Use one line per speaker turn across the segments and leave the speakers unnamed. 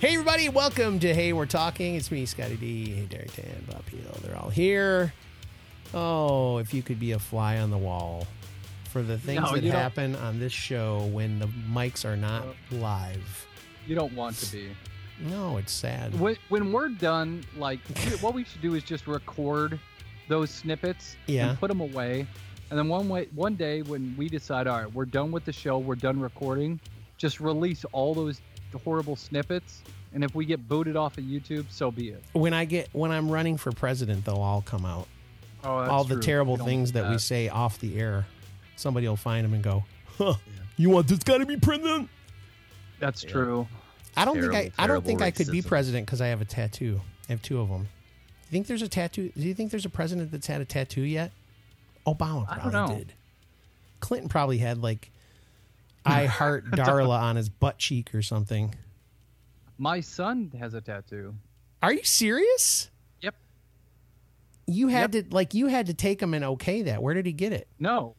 Hey, everybody, welcome to Hey, We're Talking. It's me, Scotty D, Derek Tan, Bob Peel. They're all here. Oh, if you could be a fly on the wall for the things
No,
that
you don't-
happen on this show when the mics are not live.
You don't want to be.
No, it's sad.
When, when we're done, like, what we should do is just record those snippets
Yeah.
and put them away. And then one way, one day when we decide, all right, we're done with the show, we're done recording, just release all those horrible snippets. And if we get booted off of YouTube, so be it.
When I get when I'm running for president, they'll all come out.
Oh, that's
all the
true.
terrible
We don't
things
want
that, we say off the air. Somebody will find them and go, huh, "You want this guy to be president?"
That's
Yeah.
true.
I don't think
Terrible,
I. I don't
terrible
think I could be
racism.
president because I have a tattoo. I have two of them. You think there's a tattoo? Do you think there's a president that's had a tattoo yet? Obama
I
probably
don't know.
did. Clinton probably had like "I heart Darla" on his butt cheek or something.
My son has a tattoo.
Are you serious?
Yep.
You had to like you had to take him and okay that. Where did he get it?
No,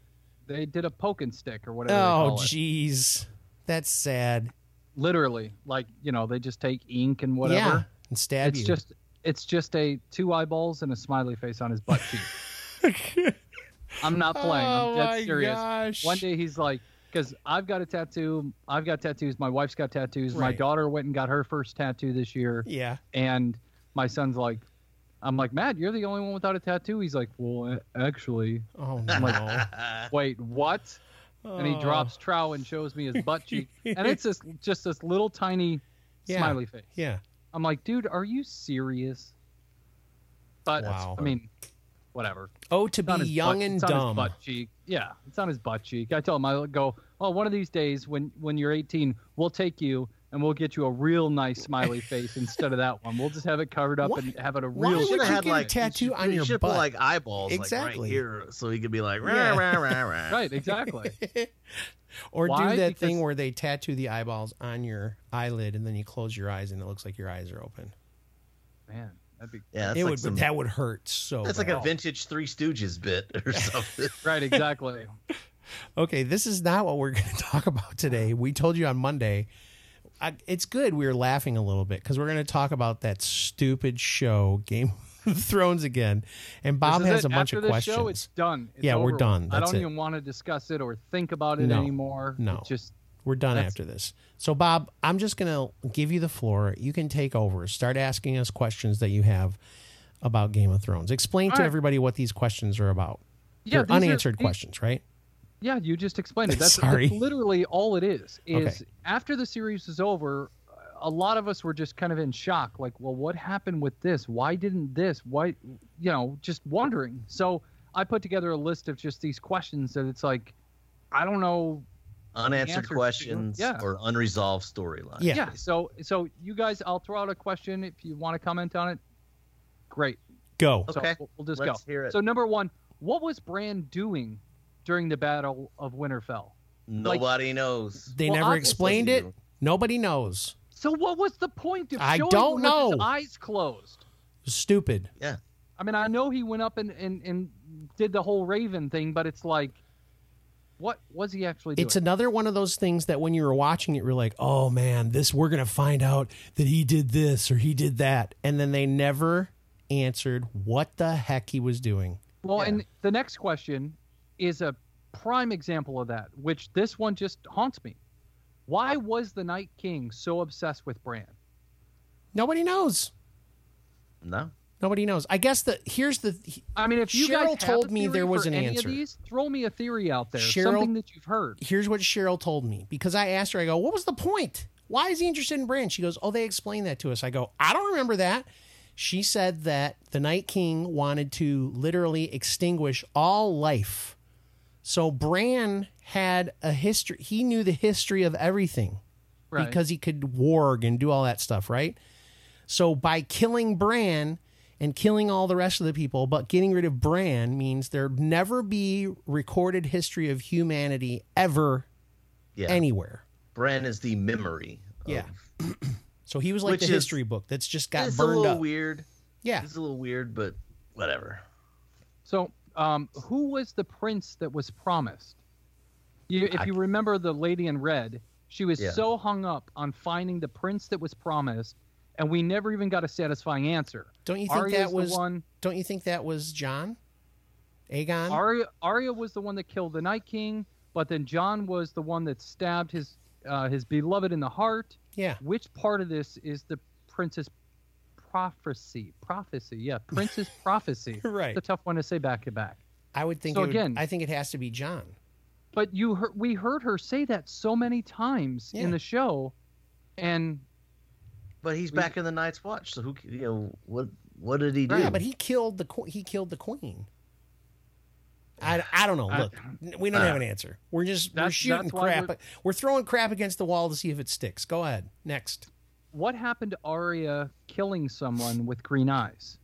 they did a poke and stick or whatever. they
Oh,
call it.
jeez, that's sad.
literally, like you know, they just take ink and whatever.
Yeah, and stab
it's
you.
just it's just a two eyeballs and a smiley face on his butt cheek. I'm not playing. I'm dead serious.
Oh gosh.
One day he's like, because I've got a tattoo. I've got tattoos. My wife's got tattoos. My
Right.
daughter went and got her first tattoo this year,
Yeah.
and my son's like, I'm like, Matt, you're the only one without a tattoo. He's like, well, a- actually,
Oh no.
wait, what? And he
Oh.
drops trow and shows me his butt cheek, and it's just just this little tiny
Yeah.
smiley face.
Yeah.
I'm like, dude, are you serious? But
Wow.
I mean, whatever.
Oh, to
It's on
be
his
young
butt-
and
it's on his
dumb.
butt cheek. Yeah, it's on his butt cheek. I tell him, I go, oh, one of these days when when you're 18, we'll take you and we'll get you a real nice smiley face instead of that one. We'll just have it covered up
Why-
and have it a
why
real.
would
should
you
have had
get a
like
tattoo
you
on your
should
butt?
Put, like eyeballs, like
Exactly.
right here, so he could be like, rah,
Yeah.
rah, rah, rah.
Right, exactly.
or do
Why?
that
Because-
thing where they tattoo the eyeballs on your eyelid and then you close your eyes and it looks like your eyes are open.
Man, that'd be
Yeah, that's
it
like
would
some-
that would hurt so.
that's like a
bad.
vintage Three Stooges bit or something.
right, exactly.
Okay, this is not what we're going to talk about today. We told you on Monday. I, it's good we were laughing a little bit because we're going to talk about that stupid show, Game of Thrones, again. And Bob
This is
has
it.
a bunch
After
of
this
questions.
Show, it's done. It's
Yeah, we're
over with.
done.
I
That's
don't
it.
even want to discuss it or think about it
No.
anymore.
No.
It just
We're done
That's-
after this. So, Bob, I'm just going to give you the floor. You can take over. Start asking us questions that you have about Game of Thrones. Explain
All
to
right.
everybody what these questions are about.
yeah,
They're
these are-
unanswered
these-
questions, right?
Yeah, you just explained it. That's,
Sorry.
that's literally all it is. Is
Okay.
after the series is over, a lot of us were just kind of in shock, like, well, what happened with this? Why didn't this? Why, you know, just wondering. So I put together a list of just these questions that it's like, I don't know.
Unanswered
answers to-
questions
yeah.
or unresolved storylines.
Yeah.
Yeah. So, so you guys, I'll throw out a question if you want to comment on it. Great.
Go.
So
Okay.
we'll, we'll just
Let's
go.
hear it.
So number one, what was Bran doing during the Battle of Winterfell?
Nobody knows.
They
Well,
never
obviously
explained it.
you-
Nobody knows.
So what was the point of
I
showing
don't
him with his
know.
eyes closed?
Stupid.
I mean, I know he went up and, and, and did the whole Raven thing, but it's like, what was he actually doing?
It's another one of those things that when you were watching it, you're like, oh man, this we're gonna find out that he did this or he did that, and then they never answered what the heck he was doing.
well,
yeah.
and the next question is a prime example of that, which this one just haunts me. Why was the Night King so obsessed with Bran?
Nobody knows.
No.
Nobody knows. I guess the here's the
I mean, if you
Cheryl
guys have a
told me
theory
there was
for
an
any
answer.
Of these, throw me a theory out there,
Cheryl-
something that you've heard.
here's what Cheryl told me because I asked her. I go, what was the point? Why is he interested in Bran? She goes, oh, they explained that to us. I go, I don't remember that. She said that the Night King wanted to literally extinguish all life. So Bran had a history. He knew the history of everything
Right.
because he could warg and do all that stuff, right? So by killing Bran and killing all the rest of the people, but getting rid of Bran means there'd never be recorded history of humanity ever
Yeah.
anywhere.
Bran is the memory. of-
Yeah. So he was like
Which
the
is-
history book that's just got
It's a
burned
little
up.
weird.
Yeah.
It's a little weird, but whatever.
So, um, who was the prince that was promised? You, if
I-
you remember the lady in red, She was
Yeah.
so hung up on finding the prince that was promised, and we never even got a satisfying answer.
Don't you think
Arya's
that was?
the one?
Don't you think that was John? Aegon.
Arya, Arya was the one that killed the Night King, but then John was the one that stabbed his uh, his beloved in the heart.
yeah.
Which part of this is the princess prophecy? Prophecy, yeah, princess prophecy.
Right.
It's a tough one to say back to back.
I would think.
So
it would-
again-
I think it has to be John.
But you heard, we heard her say that so many times
Yeah.
in the show, and
But he's
We-
back in the Night's Watch, so who c- you know what what did he do?
Yeah, but he killed the que- he killed the queen. I, I don't know.
I- Uh.
Look, we don't have an answer. We're just we're
That's-
shooting
that's why
crap. We're,
we're-
throwing crap against the wall to see if it sticks. Go ahead. Next.
what happened to Arya killing someone with green eyes?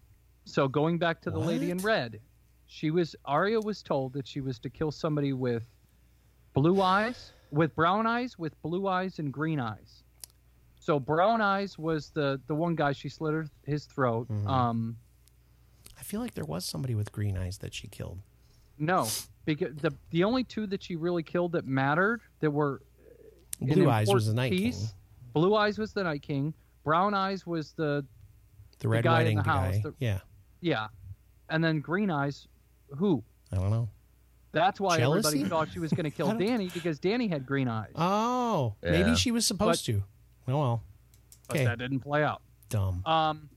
So going back to the lady in
What?
red, she was Arya was told that she was to kill somebody with blue eyes, with brown eyes, with blue eyes and green eyes. So brown eyes was the the one guy she slit her, his throat.
Mm-hmm.
Um,
I feel like there was somebody with green eyes that she killed.
no, because the the only two that she really killed that mattered that were an
Blue eyes was
important
the night
piece.
king.
Blue eyes was the night king. Brown eyes was the
The red
guy in
wedding
the house,
guy.
the-
yeah.
yeah, and then green eyes, who?
I don't know.
That's why
Jealousy?
everybody thought she was going to
I
kill
don't-
Danny because Danny had green eyes.
Oh, maybe
Yeah.
she was supposed to. Oh well.
But
okay.
that didn't play out.
Dumb.
Um,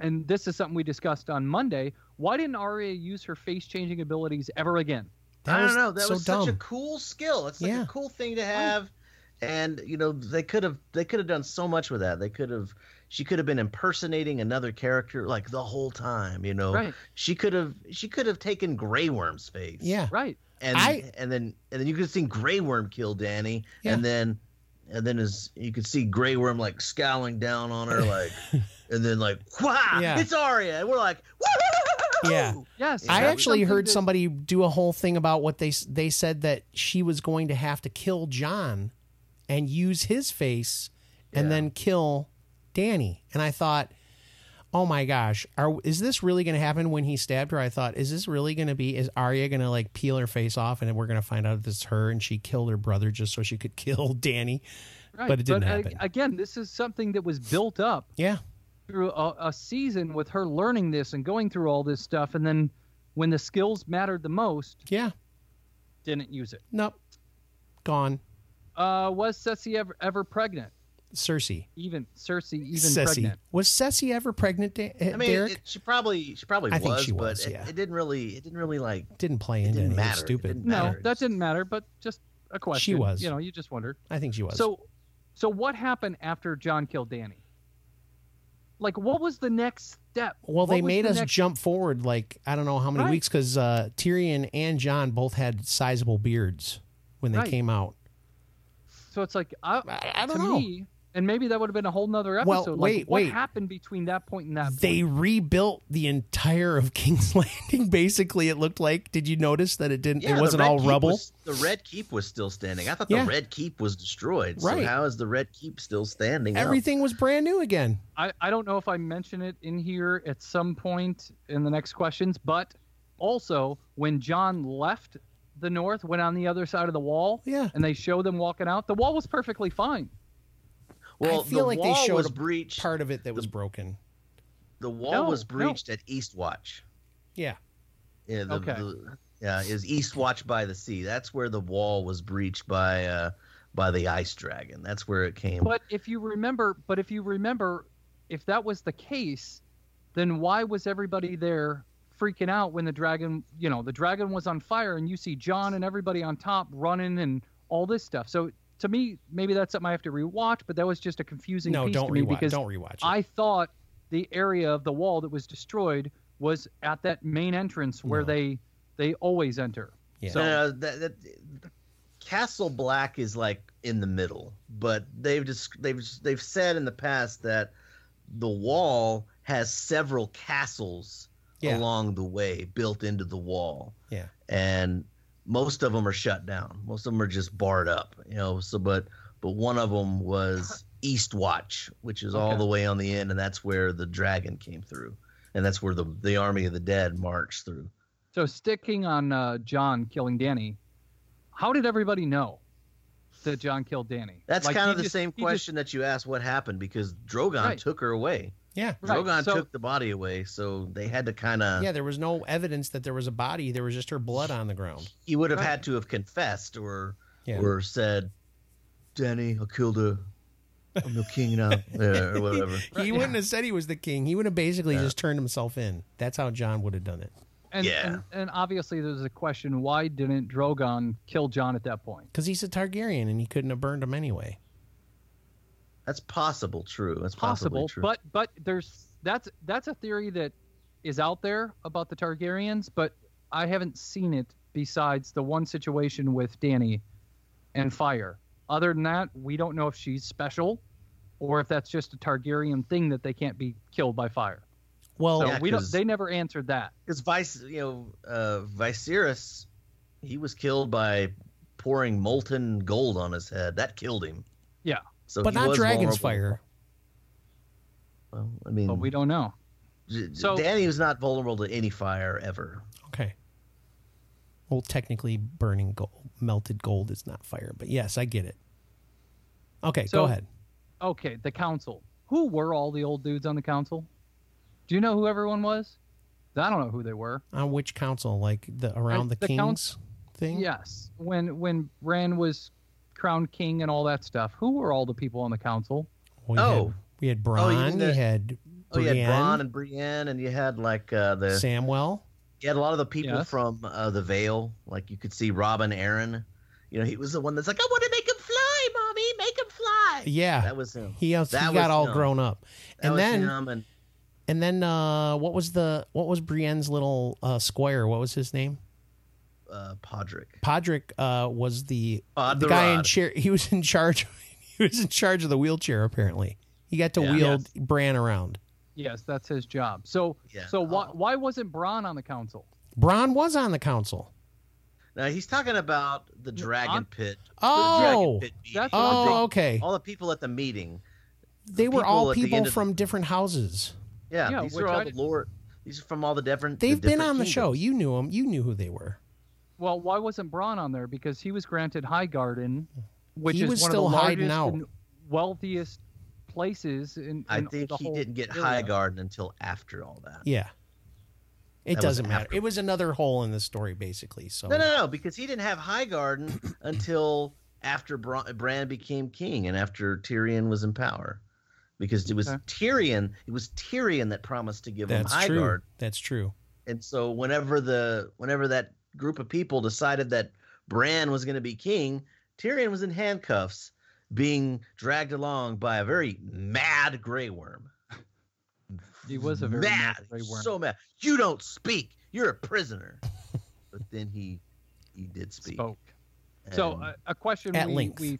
and this is something we discussed on Monday. Why didn't Arya use her face changing abilities ever again?
That
I
was
don't know. That
so
was
dumb.
such a cool skill. It's like
Yeah.
a cool thing to have. And you know they could have they could have done so much with that. They could have she could have been impersonating another character like the whole time. You
Oh.
know,
Right.
she could have she could have taken Grey Worm's face.
yeah.
Right.
and
I-
and then and then you could have seen Grey Worm kill Danny,
Yeah.
and then and then as you could see Grey Worm like scowling down on her, like, and then like, wow,
Yeah.
it's Arya, and we're like, woo
Yeah.
Yes.
I
that's
actually
something
heard
that-
somebody do a whole thing about what they s- they said that she was going to have to kill John and use his face and
Yeah.
then kill Danny. And I thought, "Oh my gosh, are is this really going to happen when he stabbed her?" I thought, "Is this really going to be is Arya going to like peel her face off and then we're going to find out if it's her and she killed her brother just so she could kill Danny?"
Right.
but it didn't
a-
happen.
Again, this is something that was built up
Yeah.
through a, a season with her learning this and going through all this stuff, and then when the skills mattered the most,
Yeah.
didn't use it.
Nope. Gone.
Uh, was Cersei ever, ever pregnant?
Cersei.
Even Cersei, even
Cersei.
pregnant?
Was Cersei ever pregnant? Da-
I mean,
Derek
it, she probably she probably
I think
was,
she was,
but it-
yeah.
it, didn't really it didn't really like
didn't play
it
into
didn't
anything
matter. It
stupid.
didn't
No,
matter.
that didn't matter, but just a question.
was.
You know, you just wondered.
I think she was.
So, so what happened after John killed Danny? Like, what was the next step?
well,
What
they
was
made
the
us
next-
jump forward like I don't know how many
Right.
weeks because uh, Tyrion and John both had sizable beards when they
Right.
came out.
So it's like, I,
I- I don't
to
know.
me, and maybe that would have been a whole nother episode.
Well,
like,
wait,
what
wait.
happened between that point and that?
They
point?
rebuilt the entire of King's Landing. Basically, it looked like. Did you notice that it didn't? it
Yeah, the
wasn't
Red
all
Keep
rubble.
was- the Red Keep was still standing. I thought
Yeah.
the Red Keep was destroyed.
Right.
So how is the Red Keep still standing? up?
Everything was brand new again.
I, I don't know if I mention it in here at some point in the next questions, but also when John left the North, went on the other side of the wall,
Yeah.
and they show them walking out, the wall was perfectly fine.
Well,
I feel
the
like they
wall
showed
was
a
breached.
part of it that was broken.
The wall
No,
was
no.
breached at Eastwatch.
Yeah.
Yeah, the,
Okay.
the- yeah, is Eastwatch by the sea. That's where the wall was breached by uh by the ice dragon. That's where it came.
But if you remember, but if you remember, if that was the case, then why was everybody there freaking out when the dragon, you know, the dragon was on fire and you see John and everybody on top running and all this stuff. So to me, maybe that's something I have to rewatch, but that was just a confusing
No,
piece
don't
to me
rewatch.
because
Don't rewatch. It.
I thought the area of the wall that was destroyed was at that main entrance where
No.
they they always enter.
Yeah.
so uh, that, that Castle Black is like in the middle, but they've just they've they've said in the past that the wall has several castles
Yeah.
along the way built into the wall.
Yeah.
And most of them are shut down. Most of them are just barred up, you know. So, but but one of them was Eastwatch, which is all
Okay.
the way on the end, and that's where the dragon came through, and that's where the the army of the dead marched through.
So sticking on uh, John killing Danny, how did everybody know? the John killed Danny.
That's
Like,
kind
he
of the
just-
same
he just-
question that you asked what happened because Drogon
Right.
took her away.
Yeah.
Right,
Drogon
so-
took the body away, so they had to kind of.
Yeah, there was no evidence that there was a body. There was just her blood on the ground.
He would have
Right.
had to have confessed or
Yeah.
or said, "Danny, I killed her. I'm the king now," yeah, or whatever.
He wouldn't have said he was the king. He would have basically just turned himself in. That's how John would have done it.
And,
Yeah.
and, and obviously, there's a question why didn't Drogon kill John at that point?
Because he's a Targaryen and he couldn't have burned him anyway.
That's possible. True. That's possibly
Possible,
true.
but but there's that's that's a theory that is out there about the Targaryens, but I haven't seen it besides the one situation with Danny and fire. Other than that, we don't know if she's special or if that's just a Targaryen thing that they can't be killed by fire.
Well,
So
Yeah,
we don't
'cause-
they never answered that.
because Vice, you know, uh, Viserys, he was killed by pouring molten gold on his head. That killed him.
Yeah.
So
but
he
not
was
Dragon's
vulnerable.
Fire.
Well, I mean,
But we don't know.
d-
so-
Danny was not vulnerable to any fire ever.
Okay. Well, technically, burning gold, melted gold is not fire, but yes, I get it. Okay,
So-
go ahead.
Okay, the council. Who were all the old dudes on the council? Do you know who everyone was? I don't know who they were.
On Uh, which council, like the around the,
the
kings
counts-
thing?
Yes, when when Bran was crowned king and all that stuff, who were all the people on the council?
We
Oh.
had, we had
Oh, you mean
Bronn.
the-
we had
Oh, you had
Brienne,
Bronn and Brienne, and you had like uh, the
Samwell.
you had a lot of the people
Yes.
from uh, the Vale. Like you could see Robin Aaron. You know, he was the one that's like, "I want to make him fly, mommy, make him fly."
Yeah,
That was him.
he, else, he
that
got
was
all
him.
grown up,
That
and
was
then
him, and
and then uh, what was the what was Brienne's little uh, squire? What was his name?
uh, Podrick.
Podrick uh, was the
Pod
the
the
guy in
Rod.
chair. He was in charge. He was in charge of the wheelchair. Apparently, he got to
Yeah.
wield Bran around.
Yes, that's his job. So
Yeah. Uh,
so why why wasn't Bronn on the council?
Bron was on the council.
Now he's talking about the dragon
I'm-
pit. the dragon
Oh,
pit meeting.
that's what I'm
oh,
thinking.
okay.
All the people at the meeting.
They were
people
all
at the
people
end of-
from different houses.
Yeah,
Yeah,
these
which
are all
I
the
didn't-
lord. These are from all the different. the
They've been
different
on the show.
kingdoms.
You knew them. You knew who they were.
Well, why wasn't Bronn on there? Because he was granted High Garden, which
He
is
was
one
still
of the
hiding
largest
out.
and wealthiest places in.
I
in
think
the
he
whole
didn't get
area.
High Garden until after all that.
Yeah. It
That was
doesn't matter.
after.
It was another hole in the story, basically. So
No, no, no, because he didn't have High Garden until after Bra- Bran became king and after Tyrion was in power. Because it was
Okay.
Tyrion, it was Tyrion that promised to give
that's
him High
true.
Guard.
That's true.
And so whenever the whenever that group of people decided that Bran was going to be king, Tyrion was in handcuffs, being dragged along by a very mad Grey Worm.
He was a very mad Grey Worm.
so mad. You don't speak. You're a prisoner. but then he he did speak.
Spoke. So uh,
and-
a, a question
At
we,
length.
we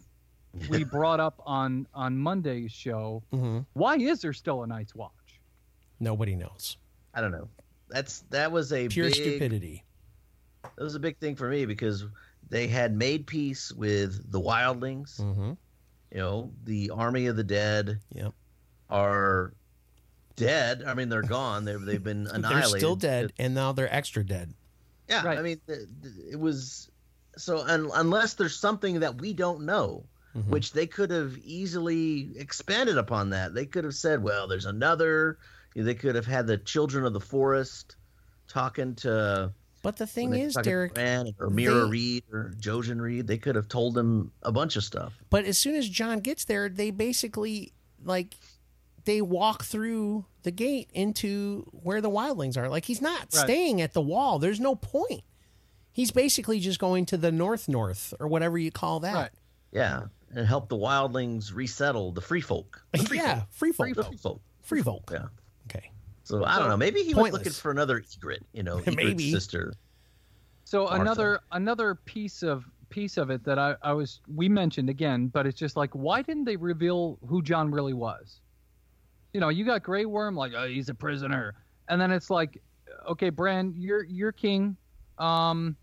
we brought up on on Monday's show:
hmm
Why is there still a Night's Watch?
Nobody knows.
I don't know. That's that was a
Pure
big,
stupidity.
That was a big thing for me because they had made peace with the wildlings.
Mm-hmm.
You know, the army of the dead.
Yep.
are dead. I mean, they're gone. They've they've been
They're
annihilated.
still dead, and now they're extra dead.
Yeah,
Right.
I mean, th- th- it was so un- unless there's something that we don't know,
Mhm.
which they could have easily expanded upon that. They could have said, well, there's another. They could have had the children of the forest talking to.
But the
when
thing
they
is,
talking to
Derek,
Bran or Mira
they-
Reed or Jojen Reed, they could have told them a bunch of stuff.
But as soon as John gets there, they basically like they walk through the gate into where the wildlings are. Like he's not
Right.
staying at the wall. There's no point. He's basically just going to the north north or whatever you call that.
Yeah, and help the wildlings resettle the free folk. The free
yeah,
folk.
free folk.
Free folk. Free folk.
Free folk.
Yeah.
Okay.
So I don't know. Maybe he was looking
Pointless.
for another egret, you know, egret's
Maybe.
sister.
So
Martha.
another another piece of piece of it that I, I was we mentioned again, but it's just like why didn't they reveal who John really was? You know, you got Grey Worm like oh, he's a prisoner, and then it's like, okay, Bran, you're you're king. Um,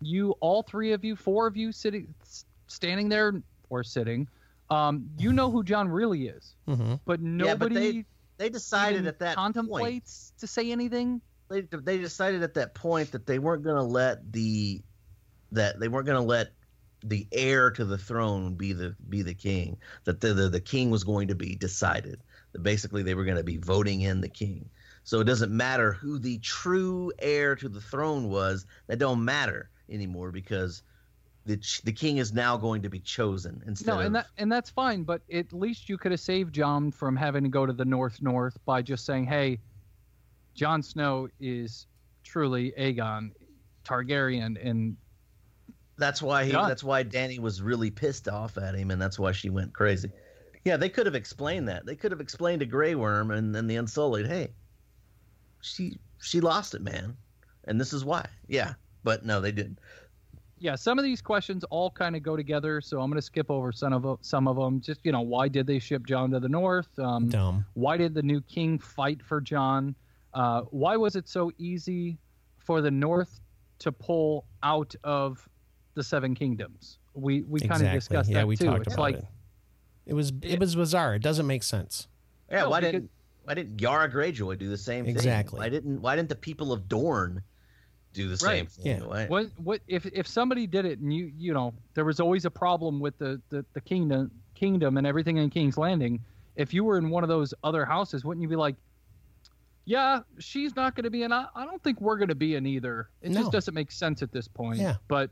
you all three of you, four of you sitting, s- standing there or sitting, um, you know who John really is,
Mm-hmm.
but
Yeah, but
nobody
they They decided
even
at that point.
contemplates to say anything.
They, they decided at that point that they weren't going to let the that they weren't going to let the heir to the throne would be the be the king. That the the, the king was going to be decided. That basically they were going to be voting in the king. So it doesn't matter who the true heir to the throne was. That don't matter anymore because the ch- the king is now going to be chosen instead
No, and
of
that and that's fine, but at least you could have saved John from having to go to the North North by just saying, "Hey, Jon Snow is truly Aegon Targaryen," and
That's why he,
Yeah.
that's why Danny was really pissed off at him, and that's why she went crazy. Yeah, they could have explained that. They could have explained to Grey Worm and then the Unsullied, hey, she she lost it, man, and this is why. Yeah, but no, they didn't.
yeah, some of these questions all kind of go together. So I'm going to skip over some of some of them. Just you know, why did they ship John to the North? Um,
Dumb.
why did the new king fight for John? Uh, why was it so easy for the North to pull out of the Seven Kingdoms? We we kind of discussed
yeah,
that
we
too.
talked
it's
about
like
it. It was it was bizarre. It doesn't make sense.
Yeah,
No,
why
because-
didn't why didn't Yara Greyjoy do the same thing?
Exactly.
Why didn't why didn't the people of Dorne do the same
Right.
thing?
Yeah.
Why-
what what if if somebody did it and you you know there was always a problem with the the, the kingdom kingdom and everything in King's Landing. If you were in one of those other houses, wouldn't you be like, yeah, she's not going to be in. I, I don't think we're going to be in either. It
No.
just doesn't make sense at this point.
Yeah.
But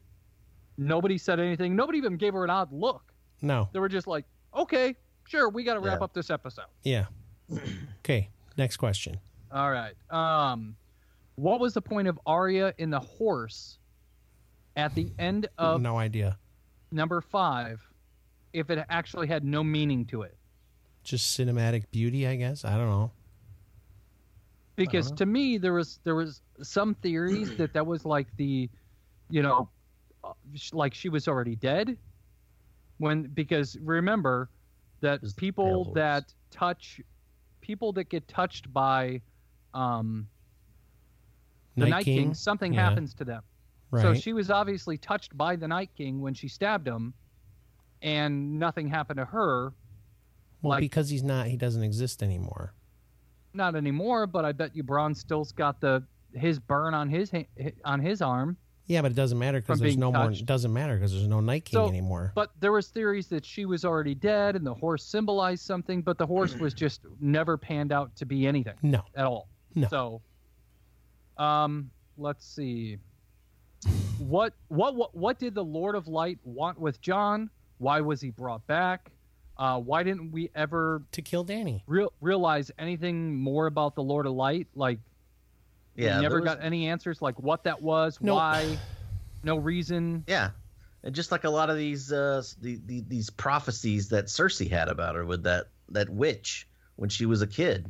nobody said anything. Nobody even gave her an odd look.
No.
They were just like, okay, sure, we got to wrap
Yeah.
up this episode.
Yeah. Okay. Next question.
All right. Um, what was the point of Arya in the horse at the end of
no idea.
number five if it actually had no meaning to it?
Just cinematic beauty, I guess. I don't know.
Because
know.
to me, there was there was some theories that that was like the, you know, uh, sh- like she was already dead. When because remember that
It was the pale
people
horse.
that touch, people that get touched by, um, the Night, King, something
Yeah.
happens to them.
Right.
So she was obviously touched by the Night King when she stabbed him, and nothing happened to her.
well,
like-
because he's not, he doesn't exist anymore.
Not anymore, but I bet you Braun still's got the his burn on his ha- on his arm.
Yeah, but it doesn't matter because
From
there's
being
no more.
touched.
It doesn't matter because there's no Night King
So-
anymore.
But there was theories that she was already dead, and the horse symbolized something, but the horse was just never panned out to be anything.
No.
at all.
No.
So, um, let's see. What what what what did the Lord of Light want with John? Why was he brought back? Uh, why didn't we ever
To kill Danny.
real, realize anything more about the Lord of Light? Like,
yeah,
we never
there was-
got any answers. Like, what that was,
No.
why, no reason.
Yeah, and just like a lot of these uh, s- the, the, these prophecies that Cersei had about her with that that witch when she was a kid,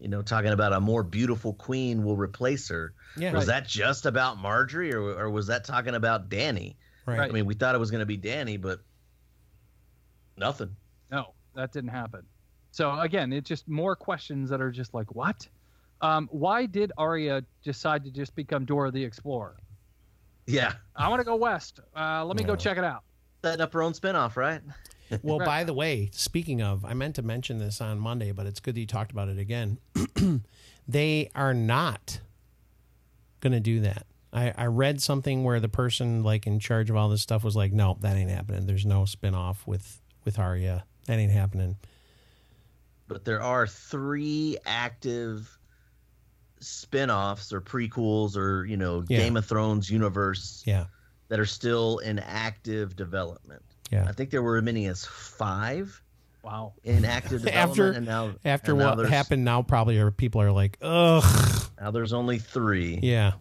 you know, talking about a more beautiful queen will replace her.
Yeah.
Was that just about Marjorie, or or was that talking about Danny?
Right.
Right.
I mean, we thought it was going to be Danny, but nothing.
No, that didn't happen. So again, it's just more questions that are just like, what? Um, why did Arya decide to just become Dora the Explorer?
Yeah,
I want to go west. Uh, let me
No.
go check it out.
setting up her own spinoff, right?
Well,
Right.
by the way, speaking of, I meant to mention this on Monday, but it's good that you talked about it again. they are not going to do that. I, I read something where the person like in charge of all this stuff was like, "No, that ain't happening. There's no spin-off with with Arya. That ain't happening."
But there are three active spin-offs or prequels or you know
Yeah.
Game of Thrones universe
Yeah,
that are still in active development.
yeah.
I think there were as many as five
Wow.
in active development,
After-
and now
After
and now
what
there's-
happened, now probably are, people are like, "Ugh,
now there's only three.
yeah."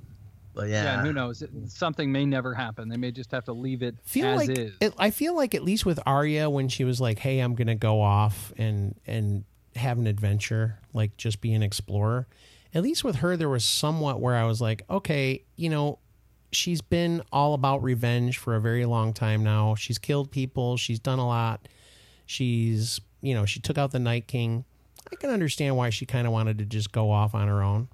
But
Yeah.
yeah,
and who knows? It- Something may never happen. They may just have to leave it
feel
as
like
is.
it, I feel like at least with Arya when she was like, "Hey, I'm gonna go off and and have an adventure, like just be an explorer." At least with her, there was somewhat where I was like, "Okay, you know, she's been all about revenge for a very long time now. She's killed people. She's done a lot. She's you know she took out the Night King. I can understand why she kind of wanted to just go off on her own.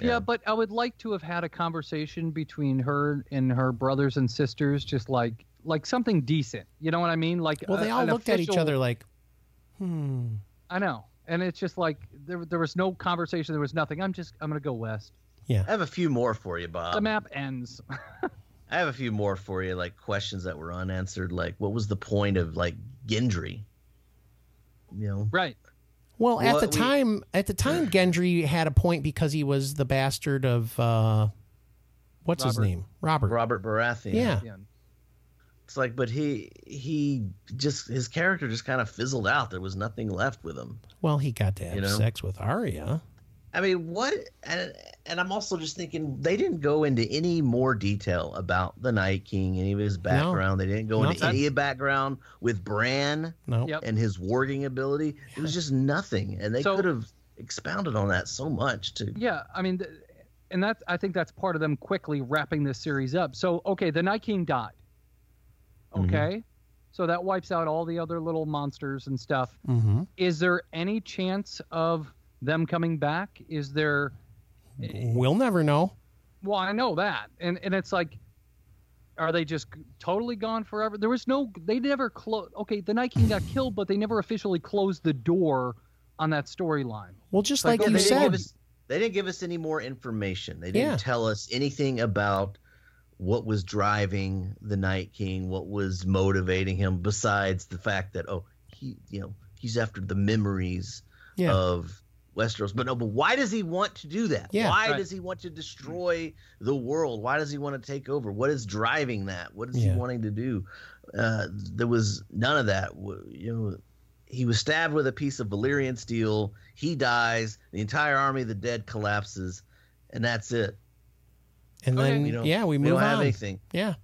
yeah. but I would like to have had a conversation between her and her brothers and sisters, just like like something decent. You know what I mean? Like
Well,
a-
they all
an
looked at each
official-
other like, hmm,
I know, and it's just like there there was no conversation. There was nothing. I'm just I'm gonna go west.
Um, I have a few more for you, Bob.
The map ends.
I have a few more for you, like questions that were unanswered. Like, what was the point of like Gendry? You know,
Right.
Well, at
What
the
we-
time, at the time, Gendry had a point because he was the bastard of uh, what's his
Robert.
name, Robert.
Robert Baratheon.
Yeah.
Yeah.
it's like, but he he just his character just kind of fizzled out. There was nothing left with him.
Well, he got to have
You know?
sex with Arya.
I mean, what? And, and I'm also just thinking they didn't go into any more detail about the Night King, any of his background. They didn't go
No,
into any background with Bran
No,
Yep.
and his warging ability. It was just nothing, and they
So-
could have expounded on that so much too.
Yeah, I mean, th- and that's I think that's part of them quickly wrapping this series up. So okay, the Night King died.
Mhm.
Okay, so that wipes out all the other little monsters and stuff.
Mm-hmm.
Is there any chance of them coming back? Is there?
we'll never know.
Well, I know that, and and it's like, are they just totally gone forever? There was no, they never closed. Okay, the Night King got killed, but they never officially closed the door on that storyline.
Well, just
Like,
like,
Yeah,
you
oh,
they didn't give
said,
us they didn't give us any more information. They didn't
Yeah.
tell us anything about what was driving the Night King, what was motivating him, besides the fact that oh, he you know he's after the memories
yeah,
of Westeros. But no, but why does he want to do that?
Yeah.
why
Right.
does he want to destroy the world? Why does he want to take over? What is driving that? What is
Yeah.
he wanting to do? Uh, there was none of that. W- You know, he was stabbed with a piece of Valyrian steel. He dies. The entire army of the dead collapses, and that's it.
and
okay.
then
We don't-
yeah, we
We
move
don't
on.
have anything.
Yeah,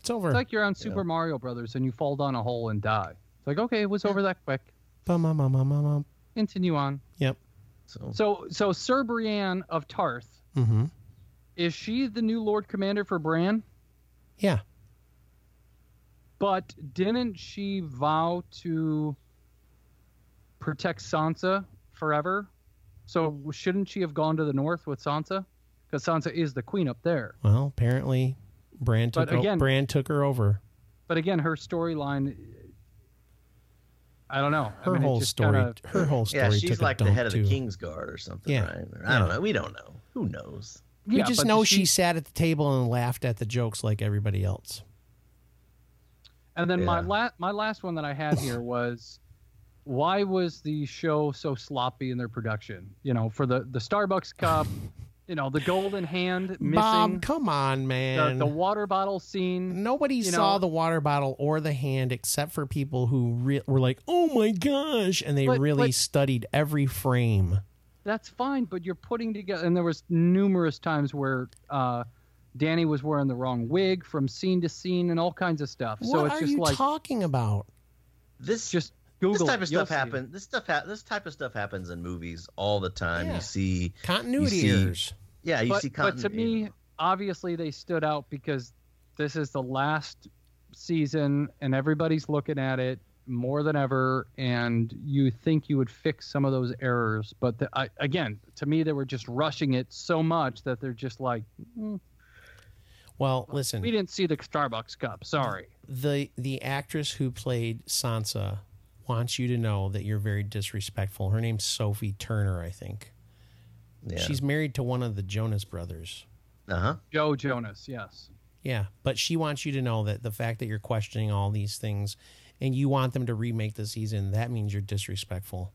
it's over.
It's like you're on Super Mario Brothers and you fall down a hole and die. It's like, okay, it was over that quick.
Bum, bum, bum, bum, bum, bum.
Continue on.
Yep.
So,
So, so Sir Brienne of Tarth
Mm-hmm.
is she the new Lord Commander for Bran?
Yeah.
But didn't she vow to protect Sansa forever? So shouldn't she have gone to the north with Sansa? Because Sansa is the queen up there.
Well, apparently, Bran
But
took o-
again-
Bran took her over.
But again, her storyline. I don't know. I
Her
mean, it
whole
just
story.
kinda-
her whole story.
yeah,
took
she's
a
like the
dump,
head of
too.
the King's Guard or something,
Yeah.
right? Or I don't
Yeah.
know. We don't know. Who knows?
We
Yeah,
just
but
know
does
she sat at the table and laughed at the jokes like everybody else.
And then my
Yeah.
last my last one that I had here was why was the show so sloppy in their production? You know, for the the Starbucks cup, you know, the golden hand missing,
Bob, come on,
the,
man.
the water bottle scene.
Nobody
you
saw
know-
the water bottle or the hand except for people who re- were like, "Oh my gosh," and they
But-
really
but-
studied every frame.
That's fine, but you're putting together and there was numerous times where uh Danny was wearing the wrong wig from scene to scene and all kinds of stuff. so
what
it's
are
just
you
like
talking about?
This
just Google
this type
it,
of
you'll
stuff
see it.
happens. This stuff ha- this type of stuff happens in movies all the time.
Yeah.
You see,
Continuity
see-
errors.
yeah, you
but,
see.
but to
continuity.
me, obviously, they stood out because this is the last season, and everybody's looking at it more than ever. And you think you would fix some of those errors, but the, I, again, to me, they were just rushing it so much that they're just like, "Mm,
Well,
we
listen,
didn't see the Starbucks cup. Sorry.
the the actress who played Sansa wants you to know that you're very disrespectful. Her name's Sophie Turner, I think.
yeah.
She's married to one of the Jonas brothers.
uh huh.
Joe Jonas, yes.
Yeah, but she wants you to know that the fact that you're questioning all these things and you want them to remake the season, that means you're disrespectful.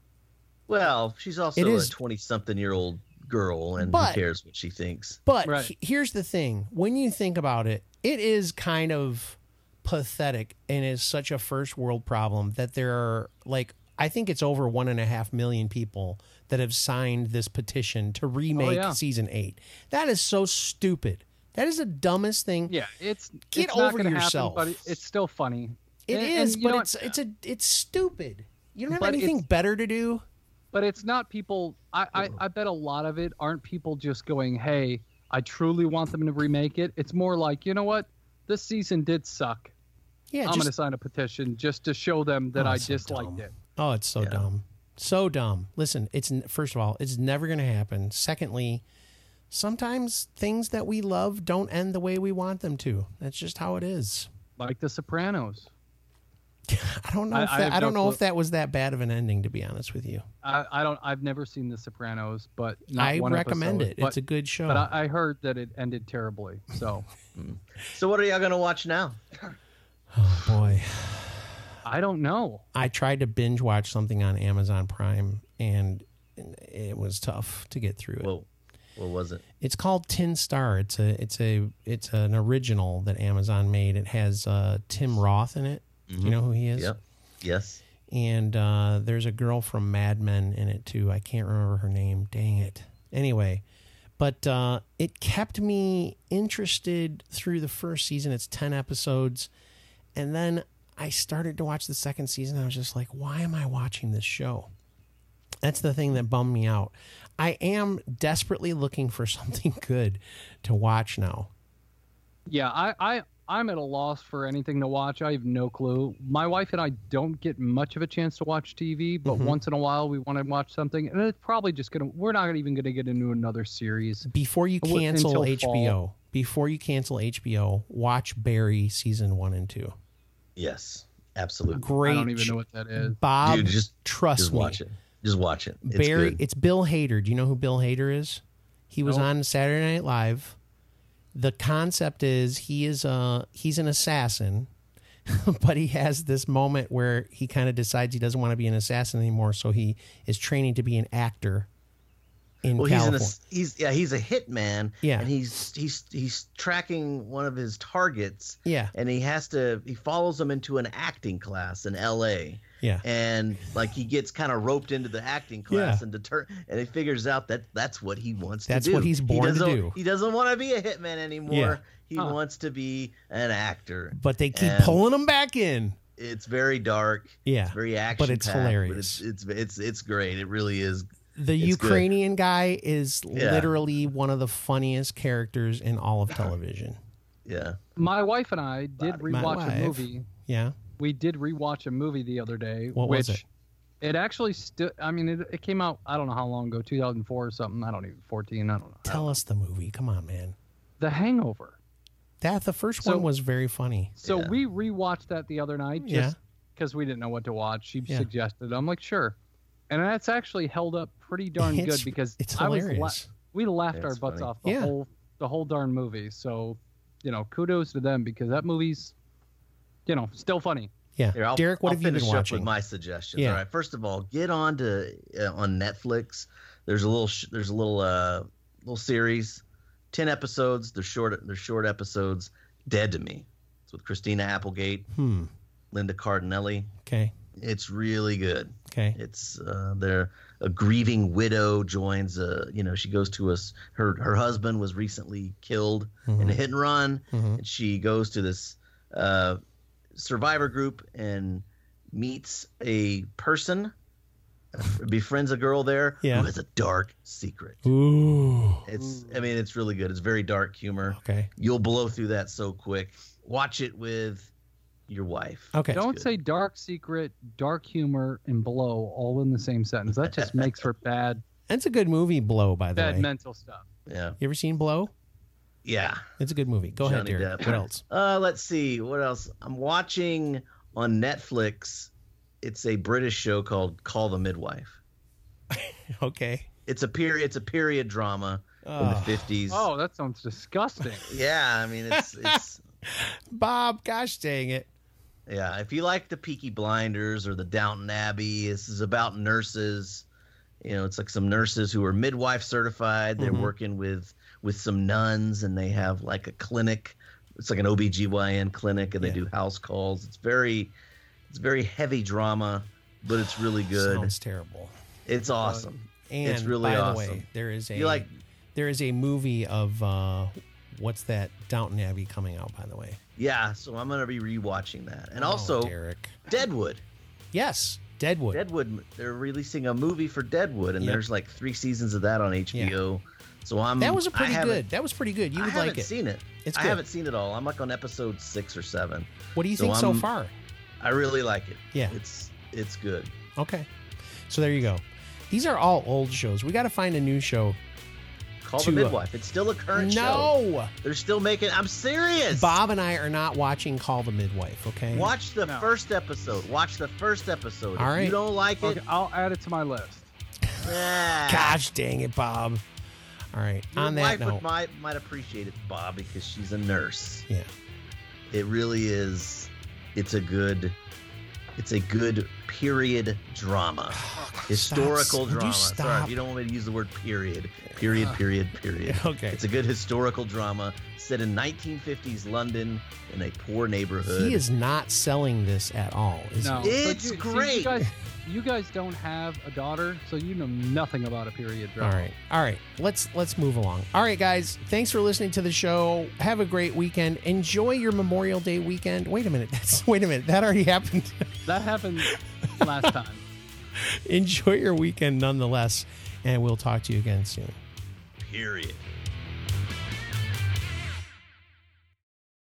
Well, she's also
It is-
a twenty-something-year-old girl, and
But-
who cares what she thinks?
But
Right.
he- here's the thing when you think about it, it is kind of pathetic and is such a first world problem that there are, like, I think it's over one and a half million people that have signed this petition to remake
Oh, yeah.
season eight. That is so stupid. That is the dumbest thing.
Yeah, it's
Get
it's not
over
gonna
yourself.
Happen, but it- it's still funny.
It
And-
is,
and you
but
know
it's it's a it's stupid. You don't have
But
anything
it's-
better to do.
but it's not people I, I i bet a lot of it aren't people just going hey i truly want them to remake it it's more like you know what this season did suck
Yeah,
i'm
just,
going to sign a petition just to show them that
Oh,
i
so
disliked
dumb.
it
Oh, it's so dumb. So dumb. Listen, it's n- first of all, it's never going to happen. Secondly, sometimes things that we love don't end the way we want them to. That's just how it is.
like the sopranos
I don't know.
I-
if
I
that,
have
I, don't
no
know
clue.
if that was that bad of an ending, to be honest with you.
I, I don't. I've never seen The Sopranos, but not
I
one
recommend
episode,
it.
But,
it's a good show.
but I, I heard that it ended terribly. So
So what are y'all gonna watch now?
oh boy,
I don't know.
I tried to binge watch something on Amazon Prime, and it was tough to get through it.
Whoa, what was it?
It's called Tin Star. It's a it's a it's an original that Amazon made. It has uh, Tim Roth in it. You know who he is?
Yep. Yes.
And uh, there's a girl from Mad Men in it too. I can't remember her name. Dang it. Anyway, but uh, it kept me interested through the first season. It's ten episodes, and then I started to watch the second season. I was just like, why am I watching this show? That's the thing that bummed me out. I am desperately looking for something good to watch now.
Yeah, I, I I'm at a loss for anything to watch. I have no clue. My wife and I don't get much of a chance to watch TV,
Mm-hmm.
but once in a while we want to watch something, and it's probably just gonna. We're not even gonna get into another series.
Before you
Well,
cancel
until
HBO, before you cancel HBO, watch Barry season 1 and 2.
Yes. Absolutely.
Great.
I don't even know what that is.
Bob,
Dude, just
trust
Just
me.
watch it. Just watch it. It's
Barry,
good.
it's Bill Hader. Do you know who Bill Hader is? He was
Nope.
on Saturday Night Live. The concept is he is a he's an assassin, but he has this moment where he kind of decides he doesn't want to be an assassin anymore, so he is training to be an actor in
well, he's in
California.
a, he's yeah he's a hitman.
Yeah.
And he's he's he's tracking one of his targets.
yeah,
and he has to he follows him into an acting class in LA
yeah.
and like he gets kind of roped into the acting class
Yeah.
and deter and he figures out that that's what he wants
That's
to do.
what he's born
he
to
doesn't,
do.
He doesn't want to be a hitman anymore.
Yeah.
He
Huh.
wants to be an actor.
But they keep
And-
pulling him back in.
It's very dark.
Yeah,
It's very action.
it's hilarious.
It's, it's it's it's great. It really is.
the
it's good.
Ukrainian guy is
Yeah.
literally one of the funniest characters in all of television.
Yeah.
My wife and I did
My
rewatch
wife.
a movie.
Yeah,
We did rewatch a movie the other day.
What was
which It actually still. I mean, it, it came out. I don't know how long ago, 2004 or something. I don't even 14. I don't know.
tell us the movie. Come on, man.
The Hangover.
That the first
So-
one was very funny.
So
Yeah.
we rewatched that the other night just because we didn't know what to watch. She
Yeah.
suggested. it. I'm like, sure. And that's actually held up pretty darn
It's-
good because
it's
I was la-
hilarious.
we laughed
Yeah,
our
it's
butts
funny.
off the
Yeah.
whole the whole darn movie. So, you know, kudos to them because that movie's you know, still funny.
Yeah.
Here, I'll,
Derek, what
I'll
have you
finish
been
up
watching?
With my suggestions.
Yeah.
All right. First of all, get on to uh, on Netflix. There's a little. Sh- there's a little. Uh, little series, ten episodes. They're short. They're short episodes. Dead to Me. It's with Christina Applegate,
hmm.
Linda Cardinelli.
Okay.
It's really good.
Okay.
It's uh, they're a grieving widow joins a. You know, she goes to us. Her her husband was recently killed
Mm-hmm.
in a hit and run
hmm
and she goes to this uh, survivor group and meets a person, uh, befriends a girl there
Yeah.
who has a dark secret.
Ooh.
It's, I mean, it's really good. It's very dark humor.
Okay.
You'll blow through that so quick. Watch it with your wife.
Okay.
Don't
good.
say dark secret, dark humor, and blow all in the same sentence. That just makes for bad
That's a good movie, Blow, by the
bad
way.
mental stuff.
Yeah,
You ever seen Blow?
yeah.
It's a good movie. Go
Johnny
ahead, Derek.
Depp.
What else?
Uh, let's see what else. I'm watching on Netflix. It's a British show called Call the Midwife.
Okay.
It's a period. It's a period drama in the
Ugh.
50s.
Oh, that sounds disgusting.
Yeah, I mean it's it's
Bob, gosh dang it.
yeah. If you like the Peaky Blinders or the Downton Abbey, this is about nurses. You know, it's like some nurses who are midwife certified. They're
Mhm.
working with with some nuns, and they have like a clinic. It's like an OBGYN clinic, and they
Yeah.
do house calls. It's very it's very heavy drama, but it's really good.
Sounds terrible.
It's awesome.
And
It's really
by the
awesome.
way, there is a
you like
there is a movie of uh what's that Downton Abbey coming out by the way.
yeah. So I'm gonna be rewatching that, and
Oh,
also
Derek.
Deadwood.
Yes, Deadwood.
Deadwood. They're releasing a movie for Deadwood, and
Yep.
there's like three seasons of that on HBO. So I'm
that was a
I
pretty
haven't-
good. That was pretty good. You
I
would
haven't
like it.
seen it.
it's
I
good.
haven't seen it all. I'm like on episode six or seven.
What do you
so
think so
I'm-
far?
I really like it.
Yeah.
It's it's good.
Okay. So there you go. These are all old shows. We got to find a new show
Call
To-
the
uh,
midwife. It's still a current show.
No,
They're still making. I'm serious.
Bob and I are not watching Call the Midwife. Okay.
Watch the
No.
first episode. Watch the first episode.
All
if
right.
you don't like
Okay,
it,
I'll add it to my list.
ah,
Gosh dang it, Bob. All right.
your
on
wife
that note,
would might might appreciate it, Bob, because she's a nurse.
Yeah.
It really is. It's a good. It's a good period drama.
Ah, Stop.
historical
Would you
drama. Sorry,
stop? Ah.
if you don't want me to use the word period. Period. Period. Period.
okay.
It's a good historical drama set in 1950s London in a poor neighborhood.
He is not selling this at all. Is
No,
he?
but
It's
you- see,
great.
you, guys, you guys don't have a daughter, so you know nothing about a period
All
drama.
right. All right. Let's let's move along. All right, guys. Thanks for listening to the show. Have a great weekend. Enjoy your Memorial Day weekend. Wait a minute. That's wait a minute. That already happened.
That happened last time.
Enjoy your weekend nonetheless, and we'll talk to you again soon.
period.